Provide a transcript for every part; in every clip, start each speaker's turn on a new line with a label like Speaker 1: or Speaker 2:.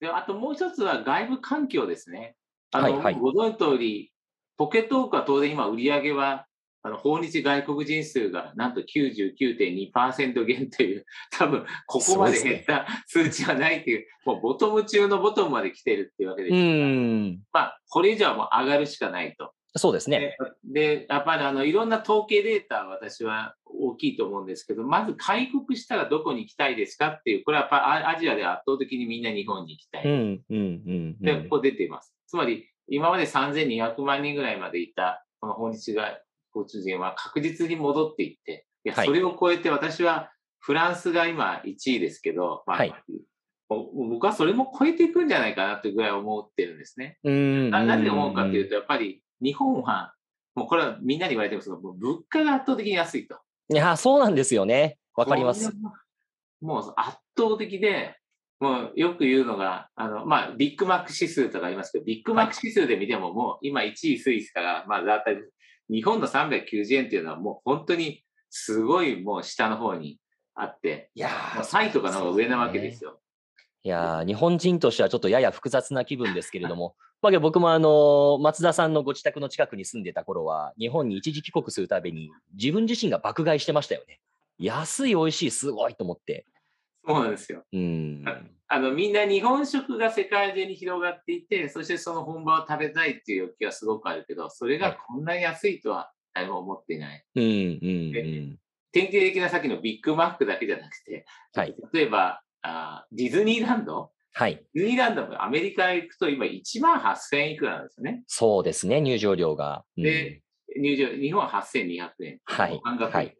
Speaker 1: であともう一つは外部環境ですね。あの、
Speaker 2: はいはい
Speaker 1: ご存知の通り、ポケトークは当然今売り上げは、あの、訪日外国人数がなんと99.2%減という、 多分ここまで減った数値はないという、もうボトム中のボトムまで来てるっていうわけです
Speaker 2: う
Speaker 1: から、
Speaker 2: ーん。
Speaker 1: まあ、これ以上はもう上がるしかないと。
Speaker 2: そうですね。
Speaker 1: でで、やっぱりあのいろんな統計データは私は大きいと思うんですけど、まず開国したらどこに行きたいですかっていう、これはやっぱアアジアで圧倒的にみんな日本に行きたい。
Speaker 2: うん、うん、うんう
Speaker 1: で、
Speaker 2: ん。
Speaker 1: ここ出ています。つまり、今まで3200万人ぐらいまでいた、この訪日外交通人は確実に戻っていって、いや、
Speaker 2: はい
Speaker 1: それを超えて私はフランスが今1位ですけど、まあ
Speaker 2: はい
Speaker 1: お僕はそれも超えていくんじゃないかなというぐらい思ってるんですね。
Speaker 2: うん
Speaker 1: ななんで思うかという
Speaker 2: と。
Speaker 1: と、やっぱり日本は、もうこれはみんなに言われてますけど、もう物価が圧倒的に安いと。
Speaker 2: いや、そうなんですよね。わかります
Speaker 1: こ。れは。もう圧倒的で、もうよく言うのが、あの、まあ、ビッグマック指数とかありますけど、ビッグマック指数で見てももう今1位スイスから、まあ、だいたい日本の390円っていうのはもう本当にすごいもう下の方にあって、
Speaker 2: いや
Speaker 1: もう
Speaker 2: ー
Speaker 1: 3位とかの方が上なわけですよ。
Speaker 2: いやー日本人としてはちょっとやや複雑な気分ですけれども、 まあ、けど僕もあの松田さんのご自宅の近くに住んでた頃は、日本に一時帰国するたびに、自分自身が爆買いしてましたよね。安い、美味しい、すごいと思って。
Speaker 1: そうなんですよ。
Speaker 2: うん。
Speaker 1: あの、みんな日本食が世界中に広がっていて、そしてその本場を食べたいっていう欲求はすごくあるけど、それがこんなに安いとは誰も思っていない。
Speaker 2: うん、 うん、うん。
Speaker 1: 典型的なさっきのビッグマックだけじゃなくて、
Speaker 2: はい
Speaker 1: 例えばあーディズニーランド
Speaker 2: はい。
Speaker 1: ディズニーランドもアメリカへ行くと今1万8000いくらなんですよね。
Speaker 2: そうですね、入場料が。うん
Speaker 1: で入場、日本は8200円。
Speaker 2: はい
Speaker 1: 半額。
Speaker 2: はい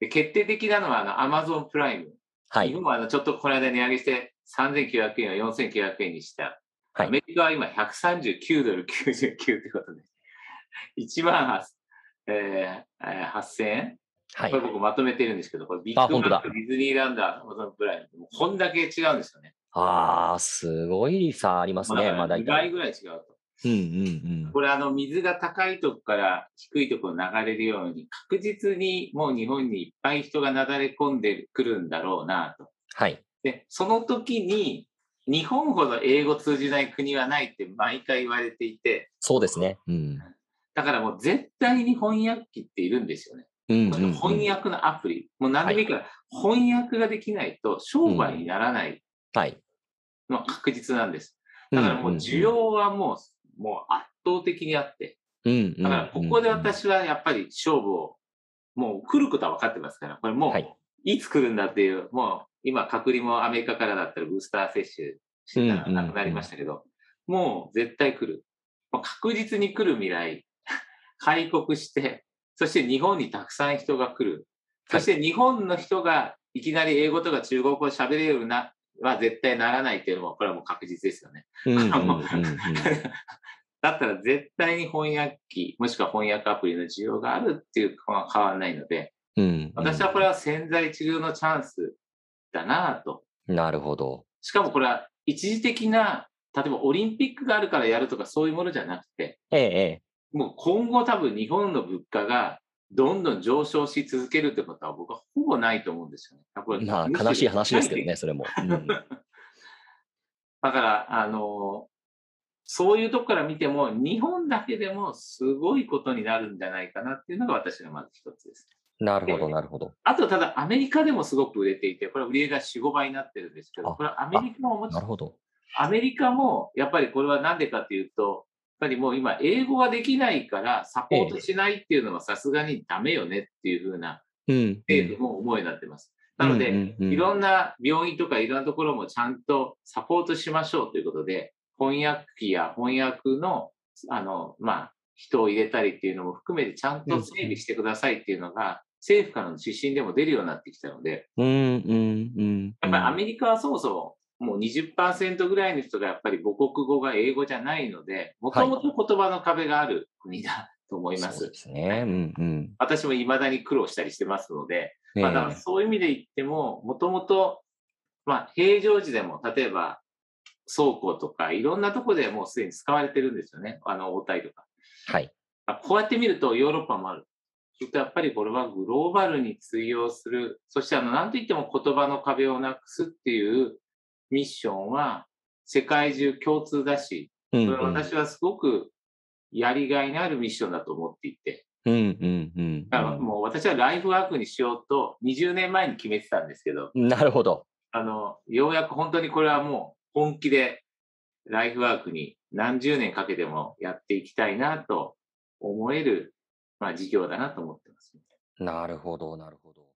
Speaker 1: で決定的なのはあのアマゾンプライム。
Speaker 2: は
Speaker 1: 日
Speaker 2: い。
Speaker 1: 本はあのちょっとこの間値上げして3900円を4900円にした。
Speaker 2: はい
Speaker 1: アメリカは今139ドル99ってことで。1万8、えーえー8000円
Speaker 2: はい
Speaker 1: これ。僕まとめてるんですけど、これビ
Speaker 2: あ
Speaker 1: ッグ
Speaker 2: 本当
Speaker 1: マッ
Speaker 2: だ
Speaker 1: ク、ディズニーランド、アマゾンプライム、もうこんだけ違うんですよね。
Speaker 2: ああ、すごい差ありますね、まあ大
Speaker 1: 2倍
Speaker 2: 体。
Speaker 1: ぐらい違うと。
Speaker 2: うん、うん、うん。
Speaker 1: これあの水が高いとこから低いところに流れるように、確実にもう日本にいっぱい人がなだれ込んでくるんだろうなと。
Speaker 2: はい。
Speaker 1: で、その時に、日本ほど英語通じない国はないって毎回言われていて、
Speaker 2: そうですね。うん。
Speaker 1: だからもう絶対に翻訳機っているんですよね。
Speaker 2: うん、うん。
Speaker 1: 翻訳のアプリ。もう何でもいいから、翻訳ができないと商売にならない
Speaker 2: はい。
Speaker 1: のは確実なんです。だからもう需
Speaker 2: ん
Speaker 1: 要はもう、もう圧倒的にあって。
Speaker 2: うんうん
Speaker 1: だからここで私はやっぱり勝負を、もう来ることは分かってますから、これも
Speaker 2: はいう
Speaker 1: いつ来るんだっていう、もう今隔離もアメリカからだったらブースター接種してたらなくなりましたけど、もう絶対来る。もう確実に来る未来、開国して、そして日本にたくさん人が来る。そして日本の人がいきなり英語とか中国語を喋れるようにな、は絶対ならないっていうのも、これはもう確実ですよね。
Speaker 2: うんうんうん
Speaker 1: もう
Speaker 2: うん
Speaker 1: だったら絶対に翻訳機、もしくは翻訳アプリの需要があるっていうのは変わらないので、
Speaker 2: うん
Speaker 1: 私はこれは潜在治療のチャンスだなぁと。
Speaker 2: なるほど。
Speaker 1: しかもこれは一時的な、例えばオリンピックがあるからやるとかそういうものじゃなくて、
Speaker 2: ええ、え
Speaker 1: もう今後多分日本の物価がどんどん上昇し続けるってことは僕はほぼないと思うんですよね。こ
Speaker 2: え。
Speaker 1: れ
Speaker 2: まあ、
Speaker 1: むろ
Speaker 2: 悲しい話ですけどね、それも。うん
Speaker 1: だから、あのそういうとこから見ても、日本だけでもすごいことになるんじゃないかなっていうのが私のまず一つです。
Speaker 2: なるほど、なるほど。
Speaker 1: あと、ただ、アメリカでもすごく売れていて、これは売り上げが4、5倍になってるんですけど、
Speaker 2: あ
Speaker 1: これはアメリカももちろ
Speaker 2: なる
Speaker 1: ん、
Speaker 2: ほど。
Speaker 1: アメリカも、やっぱりこれはなんでかというと、やっぱりもう今、英語ができないからサポートしないっていうのはさすがにダメよねっていうふうな
Speaker 2: うん。
Speaker 1: 政府も思いになってます。なので、いろ
Speaker 2: ん
Speaker 1: んな病院とかいろんなところもちゃんとサポートしましょうということで、翻訳機や翻訳の、あの、まあ、人を入れたりっていうのも含めてちゃんと整備してくださいっていうのが、政府からの指針でも出るようになってきたので、
Speaker 2: うん、うん、うん。
Speaker 1: やっぱりアメリカはそもそももう20%ぐらいの人がやっぱり母国語が英語じゃないので、もともと言葉の壁がある国だと思いま
Speaker 2: そ
Speaker 1: す
Speaker 2: うで。すね。うん、うん。
Speaker 1: 私も未だに苦労したりしてますので、
Speaker 2: え
Speaker 1: まあ、だから
Speaker 2: え
Speaker 1: そういう意味で言っても、もともと、まあ、平常時でも、例えば、倉庫とか、いろんなとこでもうすでに使われてるんですよね。あの、応対とか。
Speaker 2: はい。
Speaker 1: あこうやって見ると、ヨーロッパもある。ちょっとやっぱりこれはグローバルに通用する。そして、あの、なんといっても言葉の壁をなくすっていうミッションは、世界中共通だし、
Speaker 2: うん
Speaker 1: それ
Speaker 2: う
Speaker 1: は
Speaker 2: ん
Speaker 1: 私はすごくやりがいのあるミッションだと思っていて、
Speaker 2: うんうんうん
Speaker 1: だからもう私はライフワークにしようと20年前に決めてたんですけど、
Speaker 2: うん。なるほど。
Speaker 1: あの、ようやく本当にこれはもう本気でライフワークに何十年かけてもやっていきたいなと思える、まあ事業だなと思ってます。
Speaker 2: なるほど、なるほど。